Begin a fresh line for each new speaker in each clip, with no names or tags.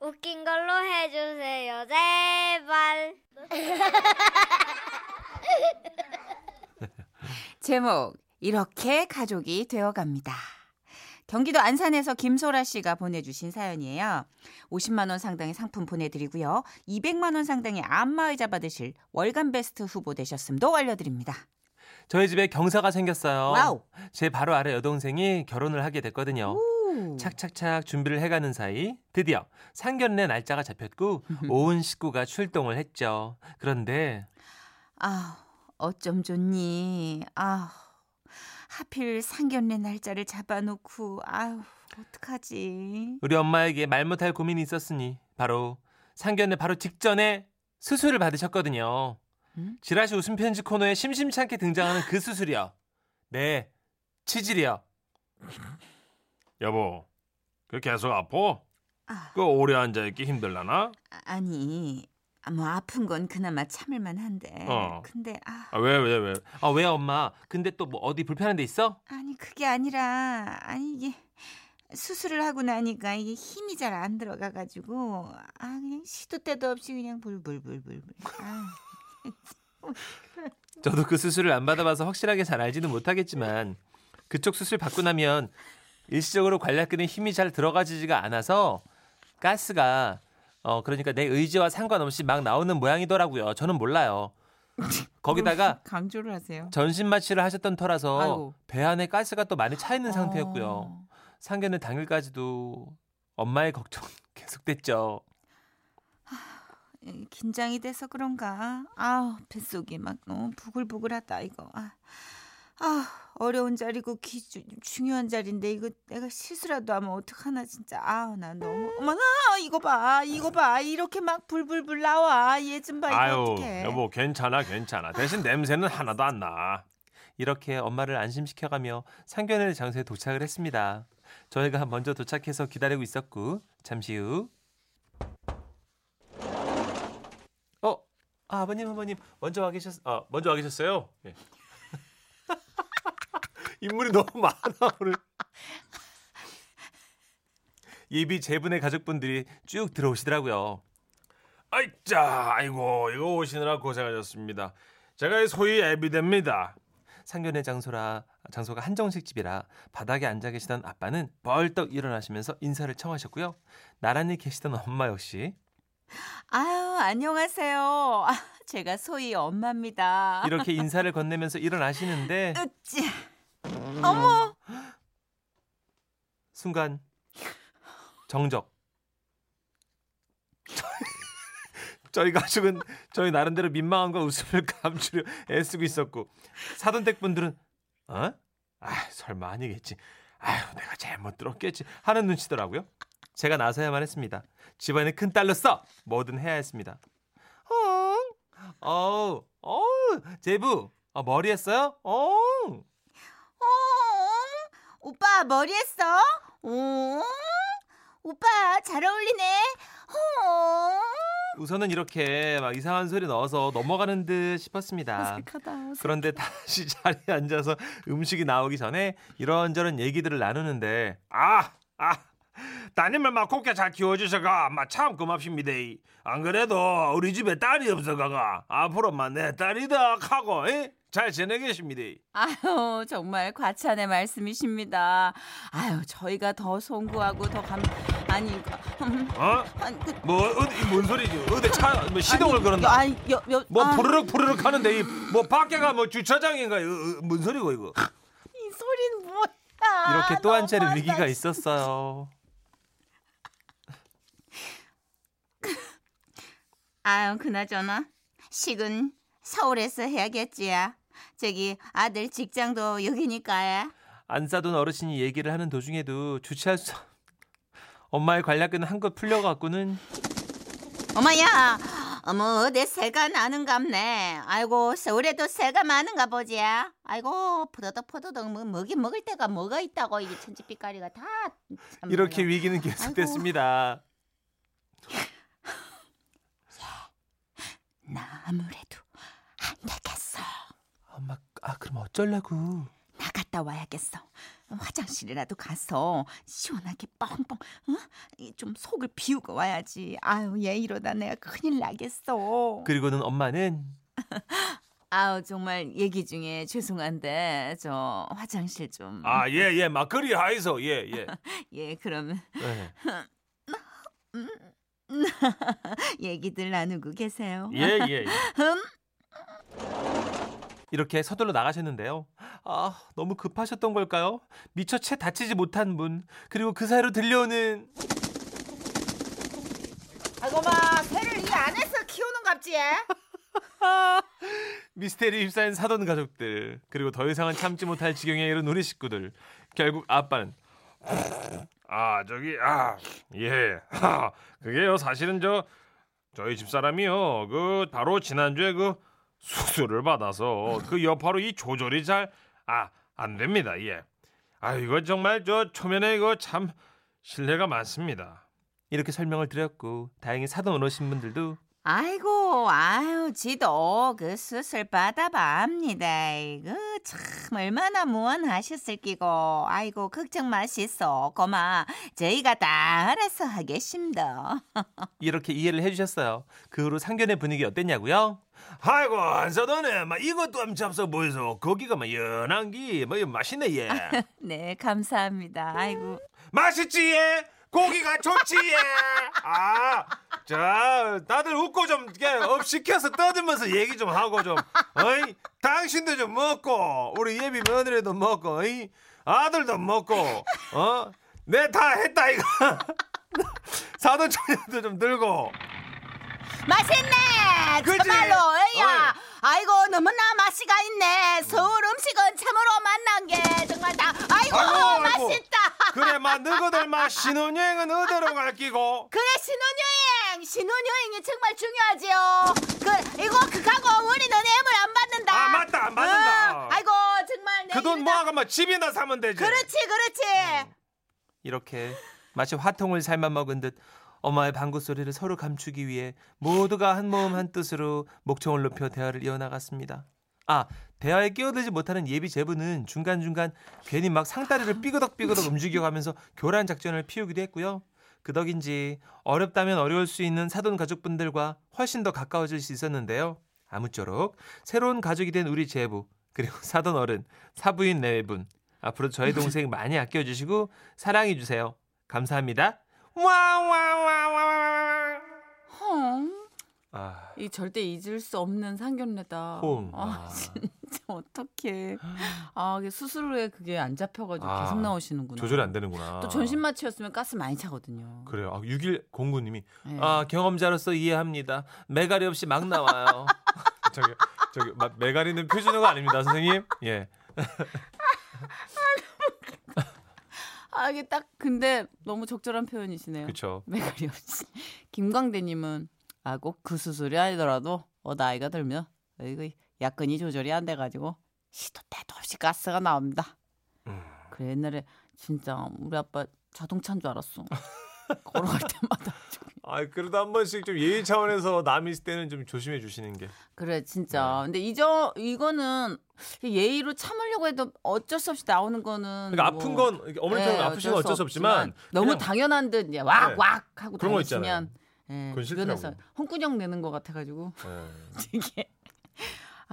웃긴 걸로 해주세요, 제발.
제목 이렇게 가족이 되어갑니다. 경기도 안산에서 김소라 씨가 보내주신 사연이에요. 50만 원 상당의 상품 보내드리고요. 200만 원 상당의 안마의자 받으실 월간 베스트 후보 되셨음도 알려드립니다.
저희 집에 경사가 생겼어요.
와우.
제 바로 아래 여동생이 결혼을 하게 됐거든요. 어. 착착착 준비를 해가는 사이 드디어 상견례 날짜가 잡혔고
음.
온 식구가 출동을 했죠. 그런데
아, 어쩜 좋니? 아, 하필 상견례 날짜를 잡아놓고 아우 어떡하지?
우리 엄마에게 말 못할 고민이 있었으니 바로 상견례 바로 직전에 수술을 받으셨거든요.
음?
지라시 웃음 편지 코너에 심심찮게 등장하는 그 수술이요. 네, 치질이요.
여보, 그 계속 아파?
아,
그 오래 앉아 있기 힘들라나?
아니. 아, 뭐 아픈 건 그나마 참을만 한데.
어.
근데 아
아, 왜, 왜, 왜?
아, 왜 엄마? 근데 또 뭐 어디 불편한 데 있어?
아니 그게 아니라 아니 이게 수술을 하고 나니까 이게 힘이 잘 안 들어가 가지고 아 그냥 시도 때도 없이 그냥 불불불불불. 아.
저도 그 수술을 안 받아봐서 확실하게 잘 알지는 못하겠지만 그쪽 수술 받고 나면 일시적으로 관략근에 힘이 잘 들어가지지가 않아서 가스가 어 그러니까 내 의지와 상관없이 막 나오는 모양이더라고요. 저는 몰라요. 거기다가
뭐 강조를 하세요.
전신 마취를 하셨던 터라서
아이고. 아.
배 안에 가스가 또 많이 차 있는 상태였고요.
어.
상견례 당일까지도 엄마의 걱정 계속됐죠.
에, 예, 긴장이 돼서 그런가? 아, 뱃속이 막 너무 부글부글하다 이거. 아. 아, 어려운 자리고 기, 주- 중요한 자리인데 이거 내가 실수라도 하면 어떡하나 진짜. 아, 나 너무 어머나 이거 봐. 이거 봐. 이렇게 막 불불불 나와. 얘 좀 봐. 이거
아유,
어떡해.
여보, 괜찮아, 괜찮아. 대신 냄새는 하나도 안 나.
이렇게 엄마를 안심시켜가며 상견례 장소에 도착을 했습니다. 저희가 먼저 도착해서 기다리고 있었고 잠시 후 어, 아, 아버님 어머님 먼저 와 계셨 아, 먼저 와 계셨어요? 예. 인물이 너무 많아 오늘. 예비 제분의 가족분들이 쭉 들어오시더라고요.
아이짜, 아이고, 이거 오시느라 고생하셨습니다. 제가 이 소위 애비됩니다.
상견례 장소라 장소가 한정식 집이라 바닥에 앉아 계시던 아빠는 벌떡 일어나시면서 인사를 청하셨고요. 나란히 계시던 엄마 역시
아유, 안녕하세요. 아, 제가 소희 엄마입니다.
이렇게 인사를 건네면서
아,
일어나시는데
으쨔.
음.
어,
순간 정적. 저희 가족은 저희 나름대로 민망함과 웃음을 감추려 애쓰고 있었고 사돈댁 분들은 어? 아 설마 아니겠지. 아휴 내가 잘못 들었겠지 하는 눈치더라고요. 제가 나서야만 했습니다. 집안의 큰 딸로서 뭐든 해야 했습니다. 어, 어, 어, 제부 어, 머리 했어요? 어,
어, 오빠 머리 했어? 어? 오빠 잘 어울리네. 어?
우선은 이렇게 막 이상한 소리 넣어서 넘어가는 듯 싶었습니다.
어색하다. 어색.
그런데 다시 자리에 앉아서 음식이 나오기 전에 이런저런 얘기들을 나누는데
아, 아, 따님을 막 곱게 잘 키워주셔가 마 참 고맙습니다. 안 그래도 우리 집에 딸이 없어가가 앞으로만 내 딸이다 하고 예? 잘 지내겠습니다.
아유 정말 과찬의 말씀이십니다. 아유 저희가 더 송구하고 더 감. 아니 이거, 음,
어?
아니 그,
뭐 어디 뭔 소리지? 어디 차 뭐 시동을
아니,
걸었나?
아니 여, 여,
뭐
아,
부르륵 부르륵 하는데 이 뭐 밖에가 뭐 주차장인가? 이거, 어, 뭔 소리고 이거?
이 소리는 뭐야?
이렇게 또 한 차례
아, 너무하다,
위기가 있었어요.
아유 그나저나 식은 서울에서 해야겠지야. 저기 아들 직장도 여기니까야.
안 싸던 어르신이 얘기를 하는 도중에도 주체할 수 엄마의 관략근 한껏 풀려갖고는
어머야, 어머 어디 새가 나는갑네. 아이고 서울에도 새가 많은가 보지. 아이고 포도덕 포도덕 뭐 먹이 먹을 데가 뭐가 있다고 이게 천지빛깔이가 다. 참
이렇게
몰라.
위기는 계속됐습니다.
나 아무래도 안 되겠어.
엄마, 아 그럼 어쩌려고?
나갔다 와야겠어. 화장실이라도 가서 시원하게 뻥뻥 응? 이좀 속을 비우고 와야지. 아유 얘 이러다 내가 큰일 나겠어.
그리고는 엄마는
아우 정말 얘기 중에 죄송한데 저 화장실 좀.
아 예 예 막걸리 하이소 예 예.
예 그럼
네.
얘기들 나누고 계세요.
예, 예.
이렇게 서둘러 나가셨는데요. 아 너무 급하셨던 걸까요? 미처 채 다치지 못한 문 그리고 그 사이로 들려오는
아고마 새를 이 안에서 키우는 갑지.
미스테리 휩싸인 사돈 가족들 그리고 더 이상은 참지 못할 지경에 이른 우리 식구들 결국 아빠는
아 저기 아 예. 하, 그게요 사실은 저 저희 집 사람이요 그 바로 지난주에 그 수술을 받아서 그 여파로 이 조절이 잘 아 안 됩니다 예. 아 이거 정말 저 초면에 이거 참 신뢰가 많습니다.
이렇게 설명을 드렸고 다행히 사돈 오신 분들도
아이고 아유 지도 그 수술 받아봅니다. 이거 참 얼마나 무언하셨을 끼고 아이고 걱정 마시소 고마 저희가 다 알아서 하겠습니다.
이렇게 이해를 해주셨어요. 그 후로 상견례 분위기 어땠냐고요?
아이고 안 사도네 막 이것도 엄청 앞서 보여서 거기가 막 연한 기막 맛있네 예.
네 감사합니다. 아이고
맛있지 예. 고기가 좋지 예. 아. 자, 다들 웃고 좀 이렇게 업시켜서 떠들면서 얘기 좀 하고 좀, 어이, 당신도 좀 먹고, 우리 예비 며느리도 먹고, 어이, 아들도 먹고, 어, 내 다 했다 이거. 사돈 처녀도 좀 들고.
맛있네
그치?
정말로 야
어이.
아이고 너무나 맛이가 있네 서울 음식은 참으로 만난 게 정말 다 아이고,
아이고, 아이고.
맛있다
그래, 마 너희들 마 신혼여행은 어디로 갈 끼고?
그래 신혼여행 신혼여행이 정말 중요하지요 그 이거 그하고 우리는 애물 안 받는다
아, 맞다, 안 받는다.
응, 아이고 정말 내
그 돈 어.
이름이다. 그렇죠.
모아가 뭐 집이나 사면 되지.
네, 그렇지 그렇지
이렇게 마치 화통을 삶아 먹은 듯 엄마의 방구 소리를 서로 감추기 위해 모두가 한 모음 한 뜻으로 목청을 높여 대화를 이어나갔습니다. 아 대화에 끼어들지 못하는 예비 제부는 중간중간 괜히 막 상다리를 삐그덕삐그덕 움직여가면서 교란 작전을 피우기도 했고요. 그 덕인지 어렵다면 어려울 수 있는 사돈 가족분들과 훨씬 더 가까워질 수 있었는데요. 아무쪼록 새로운 가족이 된 우리 제부 그리고 사돈 어른 사부인 네분 앞으로 저희 동생 많이 아껴주시고 사랑해 주세요. 감사합니다. 와와와와와.
헝.
아,
이 절대 잊을 수 없는 상견례다.
홈.
아,
아.
진짜 어떡해. 아, 이게 수술 후에 그게 안 잡혀가지고
아,
계속 나오시는구나.
조절이 안 되는구나.
아.
또 전신 마취였으면 가스 많이 차거든요.
그래요. 아, 6일 공구님이
네.
아 경험자로서 이해합니다. 메가리 없이 막 나와요. 저기 저기 마- 메가리는 표준어가 아닙니다, 선생님. 예.
아, 이게 딱 근데 너무 적절한 표현이시네요.
그렇죠.
메가리 없이. 김광대님은 아, 꼭 그 수술이 아니더라도 어, 나이가 들면 이거 약근이 조절이 안 돼가지고 시도 때도 없이 가스가 나옵니다.
음.
그래 옛날에 진짜 우리 아빠 자동차인 줄 알았어. 걸어갈 때마다.
아, 그래도 한 번씩 좀 예의 차원에서 남 있을 때는 좀 조심해 주시는 게.
그래 진짜.
네.
근데 이저 이거는 예의로 참으려고 해도 어쩔 수 없이 나오는 거는.
그러니까
뭐,
아픈 건 어머니처럼
예,
아프시면 어쩔 수 없지만
너무
그냥
당연한 듯 그냥
예.
왁왁 하고
그런 거
다니시면 예,
그건 싫더라고.
주변에서 홍구녕 내는 것 같아가지고
예.
되게.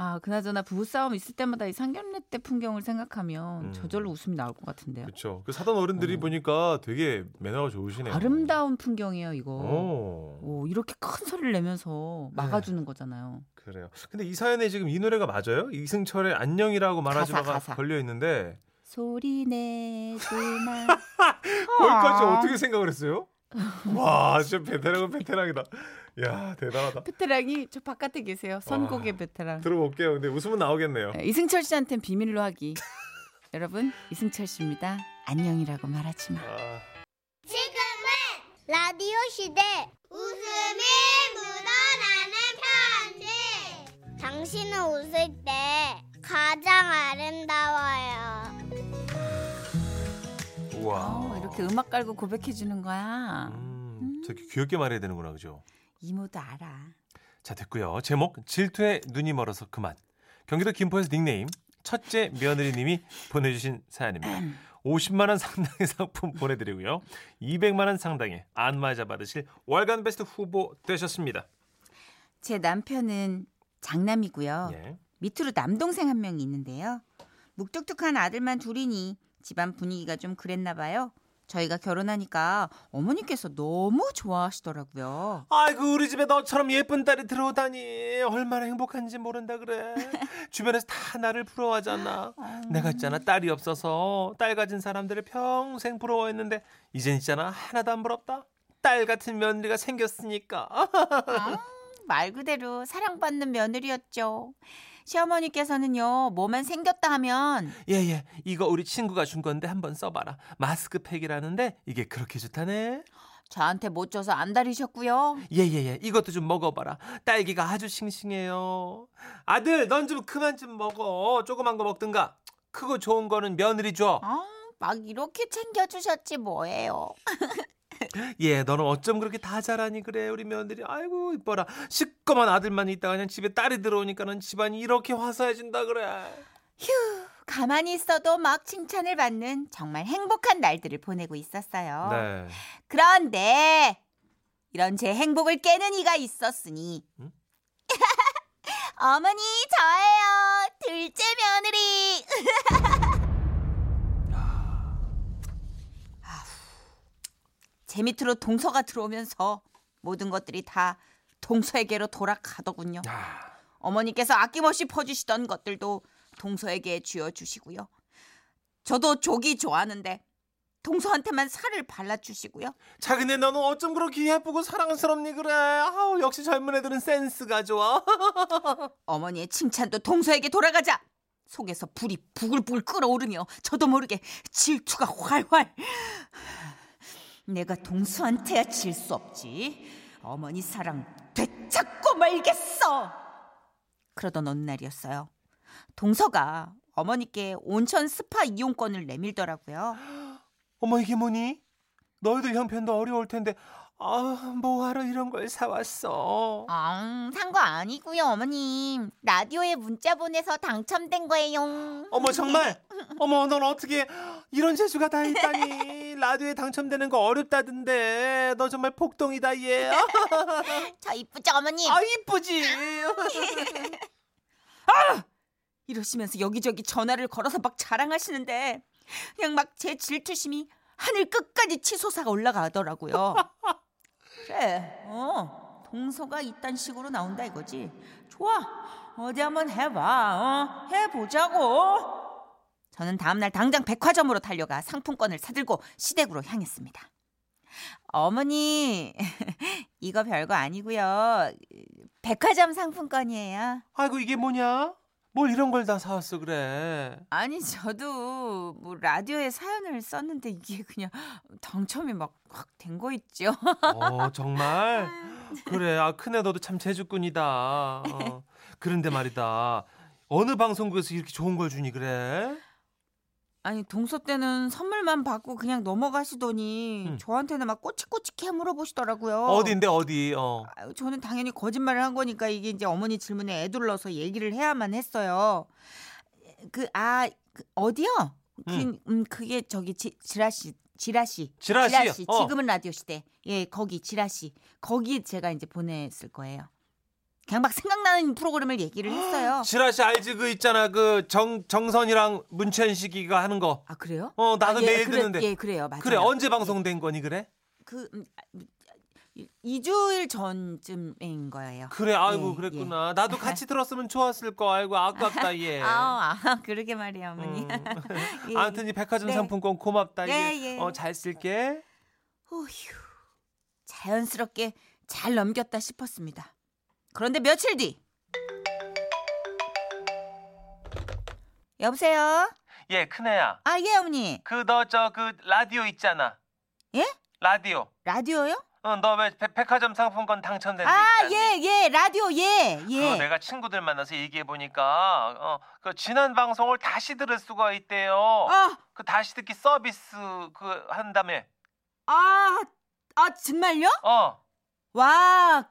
아 그나저나 부부싸움 있을 때마다 이 상견례 때 풍경을 생각하면
음.
저절로 웃음이 나올 것 같은데요.
그렇죠. 그 사돈 어른들이
어.
보니까 되게 매너가 좋으시네요.
아름다운 풍경이에요 이거.
어. 오.
오 이렇게 큰 소리를 내면서
네.
막아주는 거잖아요.
그래요. 근데 이 사연에 지금 이 노래가 맞아요? 이승철의 안녕이라고 말하지
가사,
마가
가사.
걸려 있는데
소리 내지 마. 아.
거기까지 어떻게 생각을 했어요? 와, 진짜 베테랑은 베테랑이다. 야, 대단하다.
베테랑이 저 바깥에 계세요. 선곡의
와.
베테랑.
들어볼게요. 근데 웃음은 나오겠네요.
네, 이승철 씨한텐 비밀로 하기. 여러분 이승철 씨입니다. 안녕이라고 말하지 마.
아,
지금은 라디오 시대 웃음이 묻어나는 편지 당신은 웃을 때 가장 아름다워요
어, 이렇게 음악 깔고 고백해 주는 거야.
음, 저렇게 귀엽게 말해야 되는구나, 그죠?
이모도 알아.
자, 됐고요. 제목 질투에 눈이 멀어서 그만. 경기도 김포에서 닉네임 첫째 며느리님이 보내주신 사연입니다. 50만 원 상당의 상품 보내드리고요. 200만 원 상당의 안마자 받으실 월간 베스트 후보 되셨습니다.
제 남편은 장남이고요.
예.
밑으로 남동생 한 명이 있는데요. 묵뚝뚝한 아들만 둘이니 집안 분위기가 좀 그랬나 봐요. 저희가 결혼하니까 어머니께서 너무 좋아하시더라고요.
아이고 우리 집에 너처럼 예쁜 딸이 들어오다니 얼마나 행복한지 모른다 그래. 주변에서 다 나를 부러워하잖아. 내가 있잖아 딸이 없어서 딸 가진 사람들을 평생 부러워했는데 이젠 있잖아 하나도 안 부럽다. 딸 같은 며느리가 생겼으니까.
말 그대로 사랑받는 며느리였죠. 시어머니께서는요, 뭐만 생겼다 하면
예예 이거 우리 친구가 준 건데 한번 써봐라. 마스크팩이라는데 이게 그렇게 좋다네.
저한테 못 줘서 안달이셨고요.
예예예 이것도 좀 먹어봐라 딸기가 아주 싱싱해요 아들 넌 좀 그만 좀 먹어 조그만 거 먹든가 크고 좋은 거는 며느리
아, 막 이렇게 챙겨주셨지 뭐예요.
줘예 너는 어쩜 그렇게 다 잘하니 그래 우리 며느리 아이고 이뻐라 시꺼먼 아들만 있다가 그냥 집에 딸이 들어오니까는 집안이 이렇게 화사해진다 그래
휴, 가만히 있어도 막 칭찬을 받는 정말 행복한 날들을 보내고 있었어요.
네
그런데 이런 제 행복을 깨는 이가 있었으니
응?
어머니 저예요 둘째 며느리 아, 아후, 제 밑으로 동서가 들어오면서 모든 것들이 다 동서에게로 돌아가더군요
야,
어머니께서 아낌없이 퍼주시던 것들도 동서에게 쥐어주시고요 저도 조기 좋아하는데 동서한테만 살을 발라주시고요
자 근데 너는 어쩜 그렇게 예쁘고 사랑스럽니 그래 아우 역시 젊은 애들은 센스가 좋아
어머니의 칭찬도 동서에게 돌아가자. 속에서 불이 부글부글 끓어오르며 저도 모르게 질투가 활활. 내가 동서한테야 질 수 없지. 어머니 사랑 되찾고 말겠어. 그러던 어느 날이었어요. 동서가 어머니께 온천 스파 이용권을 내밀더라고요.
어머 이게 뭐니? 너희들 형편도 어려울 텐데 아 뭐하러 이런 걸 사왔어?
아, 산 거 아니고요, 어머님. 라디오에 문자 보내서 당첨된 거예요.
어머 정말? 어머 넌 어떻게 이런 재주가 다 있다니? 라디오에 당첨되는 거 어렵다던데 너 정말 폭동이다 얘.
저 이쁘죠, 어머님?
아 이쁘지.
이러시면서 여기저기 전화를 걸어서 막 자랑하시는데 그냥 막 제 질투심이 하늘 끝까지 치솟아가 올라가더라고요. 그래, 어, 동서가 이딴 식으로 나온다 이거지. 좋아, 어디 한번 해봐, 어, 해보자고. 저는 다음날 당장 백화점으로 달려가 상품권을 사들고 시댁으로 향했습니다. 어머니, 이거 별거 아니고요. 백화점 상품권이에요.
아이고 이게 뭐냐? 뭘 이런 걸 다 사왔어 그래?
아니 저도 뭐 라디오에 사연을 썼는데 이게 그냥 당첨이 막 확 된 거 있죠.
어 정말 그래 아 큰애 너도 참 재주꾼이다. 어. 그런데 말이다 어느 방송국에서 이렇게 좋은 걸 주니 그래?
아니 동서 때는 선물만 받고 그냥 넘어가시더니
음.
저한테는 막 꼬치꼬치 캐물어 보시더라고요.
어디인데 어디? 어.
아유, 저는 당연히 거짓말을 한 거니까 이게 이제 어머니 질문에 애둘러서 얘기를 해야만 했어요. 그 아 어디요? 그,
음.
음, 그게 저기 지, 지라시 지라시
지라시요?
지라시
어.
지금은 라디오 시대 예 거기 지라시 거기 제가 이제 보냈을 거예요. 그냥 막 생각나는 프로그램을 얘기를 했어요.
지라시 알지 그 있잖아 그 정 정선이랑 문천식이가 하는 거.
아 그래요?
어 나도
아, 예,
매일
그래,
듣는데.
예 그래요 맞아요.
그래 언제 방송된 거니 그래?
그 음, 아, 이- 이주일 전쯤인 거예요.
그래 아이고
예,
그랬구나. 나도 같이 들었으면 좋았을 거 아이고 아깝다 얘.
아, 아 그러게 말이야 어머니.
예. 음.
예.
아무튼 이 백화점
네.
상품권 고맙다
예,
얘.
예.
어잘 쓸게.
호휴. 자연스럽게 잘 넘겼다 싶었습니다. 그런데 며칠 뒤. 여보세요?
예 큰애야.
아, 예, 어머니.
그 너 저 그 라디오 있잖아.
예?
라디오. 어,
라디오요?
너 왜 백화점 상품권 당첨된
아, 예, 예, 라디오, 예,
그거
예.
내가 친구들 만나서 얘기해 보니까 어, 그 지난 방송을 다시 들을 수가 있대요.
뭐
아,
그 다시 듣기 서비스 그 한다며.
아, 아, 정말요?
어.
와,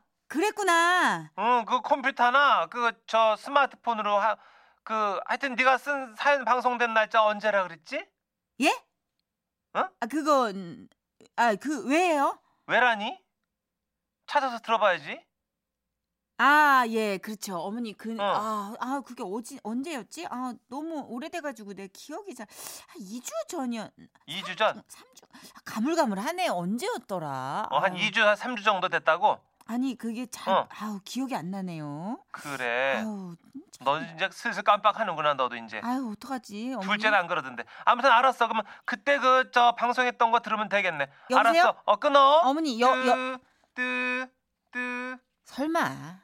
그랬구나.
응, 그 컴퓨터나 그 저 스마트폰으로 하, 그 하여튼 네가 쓴 사연 방송된 날짜 언제라 그랬지?
예? 아 그건 아 그 왜요?
왜라니? 찾아서 들어봐야지.
아 예 그렇죠 어머니 그
어.
아 아, 그게 어지 언제였지? 아 너무 오래돼가지고 내 기억이 잘한 2주 전이었
2주 전.
3주 아, 가물가물하네 언제였더라?
어, 한
아유,
2주, 한 3주 정도 됐다고?
아니 그게 잘
어.
아우 기억이 안 나네요.
그래.
아우
너 이제 슬슬 깜빡하는구나, 너도 이제.
아유 어떡하지? 어머니.
네. 둘째는 안 그러던데. 아무튼 알았어. 그러면 그때 그 저 방송했던 거 들으면 되겠네.
여보세요?
알았어. 어 끊어.
어머니 여 여
뜨뜨뜨
설마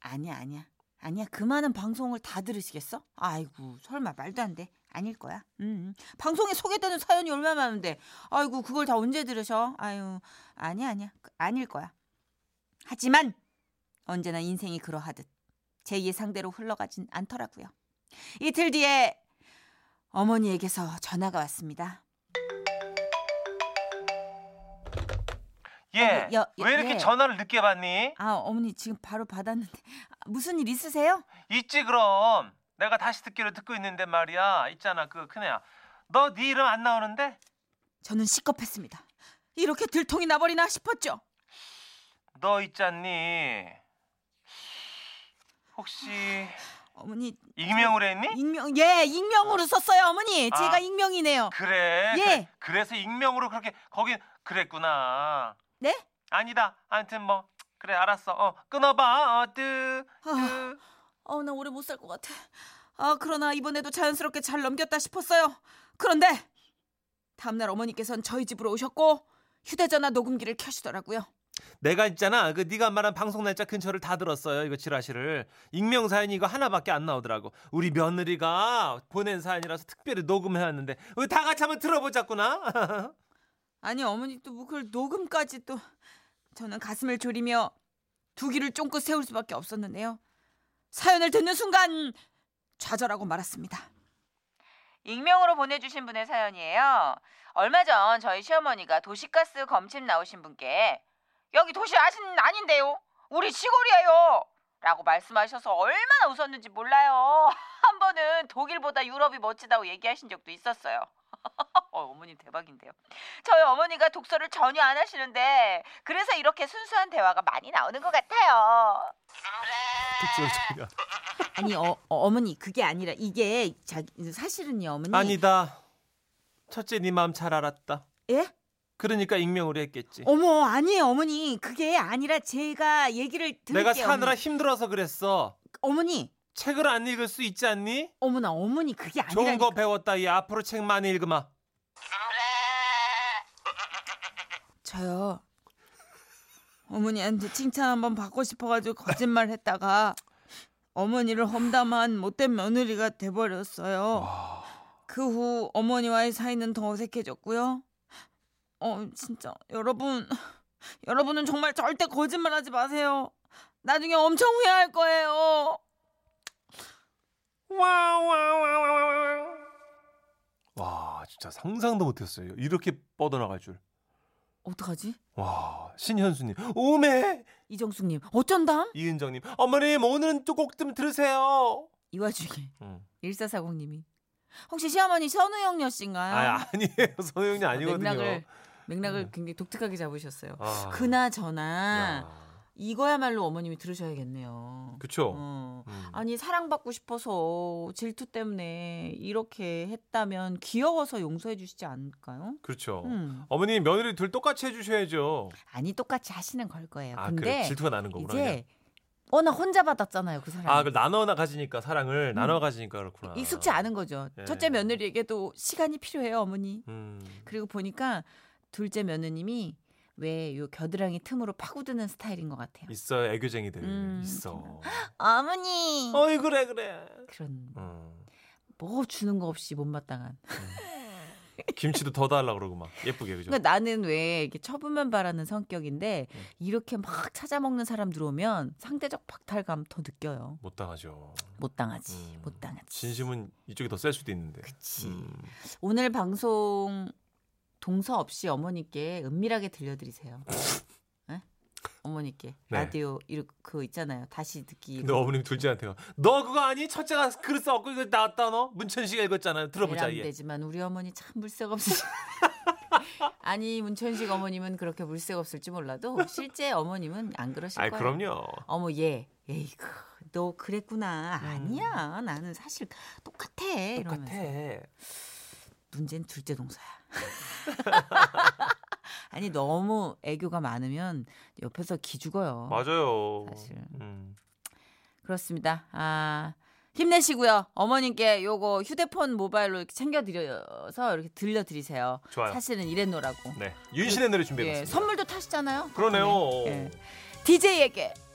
아니야 아니야 아니야 그 많은 방송을 다 들으시겠어? 아이고 설마 말도 안 돼 아닐 거야. 음 방송에 소개되는 사연이 얼마나 많은데 아이고 그걸 다 언제 들으셔? 아유 아니야 아니야 그- 아닐 거야. 하지만 언제나 인생이 그러하듯 제 예상대로 흘러가진 않더라고요. 이틀 뒤에 어머니에게서 전화가 왔습니다.
예.
아니, 여-
왜 이렇게
예.
전화를 늦게 받니?
아 어머니 지금 바로 받았는데 아, 무슨 일 있으세요?
있지 그럼. 내가 다시 듣기로 듣고 있는데 말이야. 있잖아 그 큰애야. 너 네 이름 안 나오는데?
저는 시겁했습니다. 이렇게 들통이 나버리나 싶었죠.
너 있잖니. 혹시
어머니
네?
익명으로 했니?
익명 예 익명으로 썼어요 어머니
아.
제가 익명이네요.
그래.
예.
그래. 그래서 익명으로 그렇게 거긴 그랬구나.
네?
아니다. 아무튼 뭐 그래 알았어. 어 끊어봐. 어, 뜨,
아,
뜨.
어, 나 오래 못 살 것 같아. 아 그러나 이번에도 자연스럽게 잘 넘겼다 싶었어요. 그런데 다음날 어머니께서는 저희 집으로 오셨고 휴대전화 녹음기를 켜시더라고요.
내가 있잖아. 그 네가 말한 방송 날짜 근처를 다 들었어요. 이거 지라시를. 익명 사연이 이거 하나밖에 안 나오더라고. 우리 며느리가 보낸 사연이라서 특별히 녹음해 왔는데. 우리 다 같이 한번 들어보자꾸나.
아니 어머니 또 뭐 그걸 녹음까지 또 저는 가슴을 졸이며 두 귀를 쫑긋 세울 수밖에 없었는데요. 사연을 듣는 순간 좌절하고 말았습니다.
익명으로 보내주신 분의 사연이에요. 얼마 전 저희 시어머니가 도시가스 검침 나오신 분께 여기 도시 아신 아닌데요. 우리 시골이에요. 라고 말씀하셔서 얼마나 웃었는지 몰라요. 한 번은 독일보다 유럽이 멋지다고 얘기하신 적도 있었어요. 어, 어머님 대박인데요. 저희 어머니가 독서를 전혀 안 하시는데 그래서 이렇게 순수한 대화가 많이 나오는 것 같아요.
아니 어, 어, 머니 그게 아니라 이게 자, 사실은요 어머니
음. 아니다. 첫째 네 마음 잘 알았다.
예?
그러니까 익명으로 했겠지.
어머 아니에요 어머니 그게 아니라 제가 얘기를 드릴게요
내가 사느라
어머니.
힘들어서 그랬어.
어머니
책을 안 읽을 수 있지 않니?
어머나 어머니 그게 아니라
좋은 거 배웠다. 이 앞으로 책 많이 읽으마.
저요 어머니한테 칭찬 한번 받고 싶어가지고 거짓말 했다가 어머니를 험담한 못된 며느리가 돼버렸어요 그 후 어머니와의 사이는 더 어색해졌고요 어 진짜 여러분 여러분은 정말 절대 거짓말하지 마세요 나중에 엄청 후회할 거예요
와, 진짜 상상도 못했어요. 이렇게 뻗어나갈 줄.
어떡하지
와, 신현수님, 오메
이정숙님 어쩐담
이은정님, 어머님 오늘은 또 곡 좀 들으세요.
이 와중에
음.
1440님이 혹시 시어머니 선우영녀 씨인가요?
아, 아니에요, 선우형이 아니거든요.
맥락을 맥락을
음.
굉장히 독특하게 잡으셨어요.
아,
그나저나
야,
이거야말로 어머님이 들으셔야겠네요.
그쵸.
어.
음.
아니 사랑받고 싶어서 질투 때문에 이렇게 했다면 귀여워서 용서해 주시지 않을까요?
그렇죠.
음.
어머님 며느리 둘 똑같이 해주셔야죠.
아니 똑같이 하시는 걸 거예요.
아, 그래
근데
질투가 나는 거구나. 그냥.
이제 어나 혼자 받았잖아요 그 사람.
아, 그걸 나눠 가지니까 사랑을 나눠 가지니까 그렇구나.
음. 익숙지 않은 거죠.
예.
첫째 며느리에게도 시간이 필요해요 어머니.
음.
그리고 보니까 둘째 며느님이 왜 요 겨드랑이 틈으로 파고드는 스타일인 것 같아요.
있어 요 애교쟁이들
음.
있어.
어머니
어이 그래 그래.
그런
음.
뭐 주는 거 없이 못마땅한.
김치도 더 달라 그러고 막 예쁘게 그죠. 네.
그러니까 나는 왜 이렇게 처분만 바라는 성격인데 이렇게 막 찾아 먹는 사람 들어오면 상대적 박탈감 더 느껴요.
못 당하죠.
못 당하지,
음.
못 당하지.
진심은 이쪽이 더 셀 수도 있는데.
그치.
음.
오늘 방송 동서 없이 어머니께 은밀하게 들려드리세요. 예? 어머니께
네.
라디오 이렇게 그 있잖아요. 다시 듣기.
근데 어머님 둘째한테가 너 그거 아니? 첫째가 글을 써갖고 이거 나왔다 너? 문천 씨가 읽었잖아요. 들어보자 얘.
되지만 우리 어머니 참 물색 없으시. 아니 문천식 어머님은 그렇게 물색 없을지 몰라도 실제 어머님은 안 그러실
아
거예요.
그럼요.
어머 얘, 에이그 너 그랬구나. 아니야, 나는 사실 똑같아. 이러면서
음. 똑같아.
문제는 둘째 동서야. 아니 너무 애교가 많으면 옆에서 기죽어요.
맞아요.
사실.
음.
그렇습니다. 아 힘내시고요. 어머님께 요거 휴대폰 모바일로 이렇게 챙겨드려서 이렇게 들려드리세요.
좋아요.
사실은 이랬노라고.
네. 윤신의 노래
예,
준비해봤습니다.
선물도 타시잖아요.
그러네요.
예. DJ에게